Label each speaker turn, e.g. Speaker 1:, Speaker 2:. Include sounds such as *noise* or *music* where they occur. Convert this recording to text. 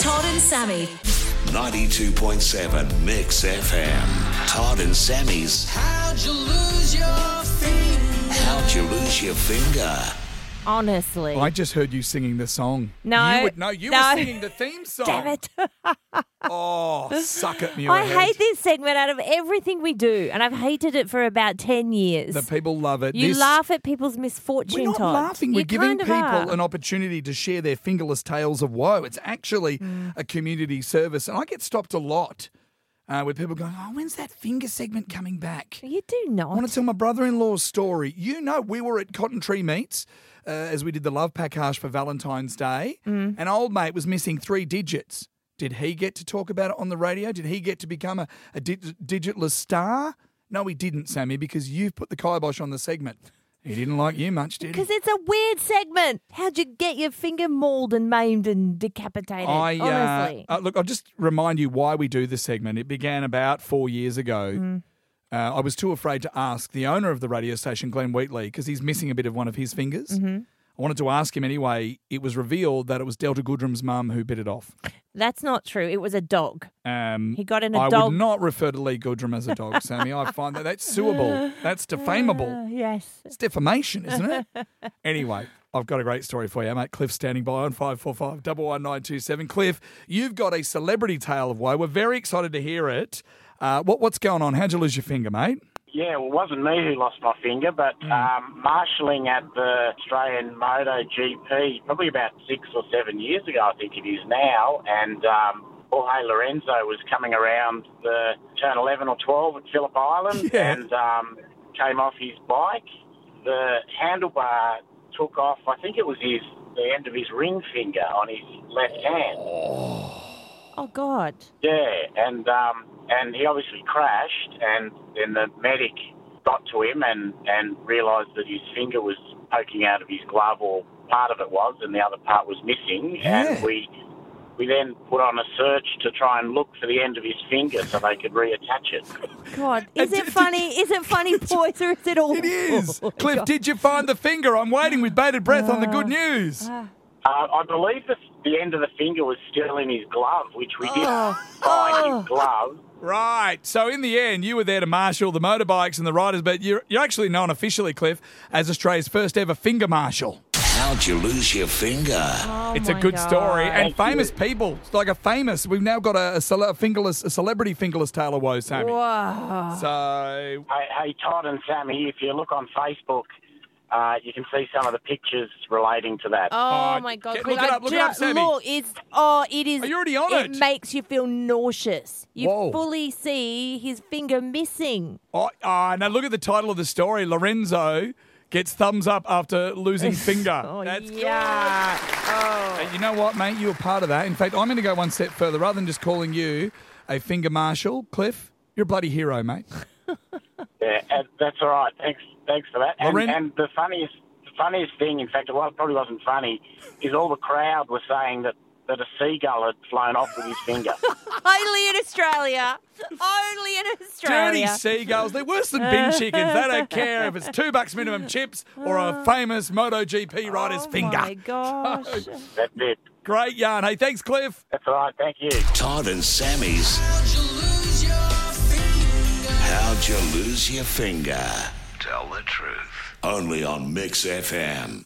Speaker 1: Sammy.
Speaker 2: 92.7 Mix FM. Todd and Sammy's
Speaker 3: How'd you lose your finger?
Speaker 2: How'd You Lose Your Finger?
Speaker 4: Honestly.
Speaker 5: I just heard you singing the song.
Speaker 4: No,
Speaker 5: You would, no, you
Speaker 4: no.
Speaker 5: were singing the
Speaker 4: *laughs*
Speaker 5: theme song.
Speaker 4: Damn it.
Speaker 5: Oh, suck at me.
Speaker 4: I hate this segment out of everything we do, and I've hated it for about 10 years.
Speaker 5: The people love it.
Speaker 4: you
Speaker 5: This-
Speaker 4: laugh at people's misfortune,
Speaker 5: We're not
Speaker 4: Todd.
Speaker 5: laughing. We're
Speaker 4: You
Speaker 5: giving
Speaker 4: kind of
Speaker 5: people
Speaker 4: are.
Speaker 5: an opportunity to share their fingerless tales of woe. It's actually
Speaker 4: Mm.
Speaker 5: a community service, and I get stopped a lot uh, with people going, "Oh, when's that finger segment coming back?"
Speaker 4: You do
Speaker 5: I want
Speaker 4: not.
Speaker 5: to tell my brother-in-law's story. You know, we were at Cotton Tree Meats uh, as we did the love package for Valentine's Day. An old mate was missing three digits. Did he get to talk about it on the radio? Did he get to become a, a dig- digitless star? No, he didn't, Sammy, because you've put the kibosh on the segment. He didn't like you much, did he?
Speaker 4: Because it's a weird segment. How'd you get your finger mauled and maimed and decapitated?
Speaker 5: I
Speaker 4: Honestly.
Speaker 5: uh, uh, look. I'll just remind you why we do this segment. It began about four years ago.
Speaker 4: Mm.
Speaker 5: Uh, I was too afraid to ask the owner of the radio station, Glenn Wheatley, because he's missing a bit of one of his fingers.
Speaker 4: Mm-hmm.
Speaker 5: I wanted to ask him anyway. It was revealed that it was Delta Goodrum's mum who bit it off.
Speaker 4: That's not true. It was a dog.
Speaker 5: Um,
Speaker 4: He got in a
Speaker 5: I
Speaker 4: dog.
Speaker 5: would not refer to Lee Goodrum as a dog, Sammy. I find that that's suable. That's defamable.
Speaker 4: Uh, yes.
Speaker 5: It's defamation, isn't it? *laughs* anyway, I've got a great story for you, mate. Cliff standing by on 545 11927. Cliff, you've got a celebrity tale of woe. We're very excited to hear it. Uh, what, what's going on? How'd you lose your finger, mate?
Speaker 6: Yeah, well, it wasn't me who lost my finger, but um, marshalling at the Australian Moto GP probably about six or seven years ago, I think it is now, and um, Jorge Lorenzo was coming around the turn 11 or 12 at Phillip Island
Speaker 5: Yeah.
Speaker 6: and um, came off his bike. The handlebar took off, I think it was his the end of his ring finger on his left hand.
Speaker 4: Oh, God.
Speaker 6: Yeah, and um, and he obviously crashed, and then the medic got to him and and realised that his finger was poking out of his glove, or part of it was, and the other part was missing.
Speaker 5: Yeah.
Speaker 6: And we we then put on a search to try and look for the end of his finger so they could reattach it.
Speaker 4: God. Is
Speaker 5: did-
Speaker 4: it funny? Is it
Speaker 5: *laughs*
Speaker 4: funny, boys, or is it all?
Speaker 5: It is.
Speaker 4: *laughs* Oh,
Speaker 5: Cliff,
Speaker 4: God. Ah.
Speaker 5: did you find the finger? I'm waiting with bated breath on the good news.
Speaker 6: Uh, I believe that the end of the finger was still in his glove, which we did find his glove.
Speaker 5: Right. So, in the end, you were there to marshal the motorbikes and the riders, but you're, you're actually known officially, Cliff, as Australia's first ever finger marshal.
Speaker 2: How'd You Lose Your Finger?
Speaker 4: Oh,
Speaker 5: It's a
Speaker 4: my
Speaker 5: good
Speaker 4: God.
Speaker 5: story. And
Speaker 6: Thank
Speaker 5: famous people. It's like a famous. We've now got a, a, cele- a fingerless, a celebrity fingerless tale of woe, Sammy.
Speaker 4: Whoa.
Speaker 5: So,
Speaker 6: Hey, hey, Todd and Sammy, if you look on Facebook, uh, you can see some of the pictures relating to that.
Speaker 4: Oh
Speaker 5: Oh,
Speaker 4: my god!
Speaker 5: get-
Speaker 4: Cliff,
Speaker 5: look it
Speaker 4: I
Speaker 5: up, look it up,
Speaker 4: don't-
Speaker 5: Sammy.
Speaker 4: Look, it's oh, it is.
Speaker 5: Are you already on it?
Speaker 4: makes you feel nauseous. You
Speaker 5: Whoa.
Speaker 4: fully see his finger missing.
Speaker 5: oh, ah, now look at the title of the story. Lorenzo gets thumbs up after
Speaker 4: *laughs*
Speaker 5: losing finger.
Speaker 4: Oh
Speaker 5: That's good.
Speaker 4: yeah.
Speaker 5: Hey, You know what, mate? You were part of that. In fact, I'm going to go one step further. Rather than just calling you a finger marshal, Cliff, you're a bloody hero,
Speaker 4: *laughs*
Speaker 5: mate.
Speaker 4: Oh,
Speaker 6: Yeah, uh, that's all right. Thanks, thanks for that. And,
Speaker 5: Lauren-
Speaker 6: and the funniest, the funniest thing, in fact, it was, probably wasn't funny, is all the crowd were saying that, that a seagull had flown off with his finger.
Speaker 4: Only in Australia. Only in
Speaker 5: Dirty
Speaker 4: Australia.
Speaker 5: seagulls. They're worse than bin chickens. They don't care if it's two bucks minimum chips
Speaker 4: *laughs*
Speaker 5: or a famous MotoGP rider's
Speaker 4: oh
Speaker 5: finger. *laughs*
Speaker 4: my gosh.
Speaker 6: that's it.
Speaker 5: Great yarn. Hey, thanks, Cliff.
Speaker 6: That's all right. Thank you.
Speaker 2: Todd and Sammy's
Speaker 3: How'd you lose your finger?
Speaker 2: How'd You Lose Your Finger? Tell the truth. Only on Mix FM.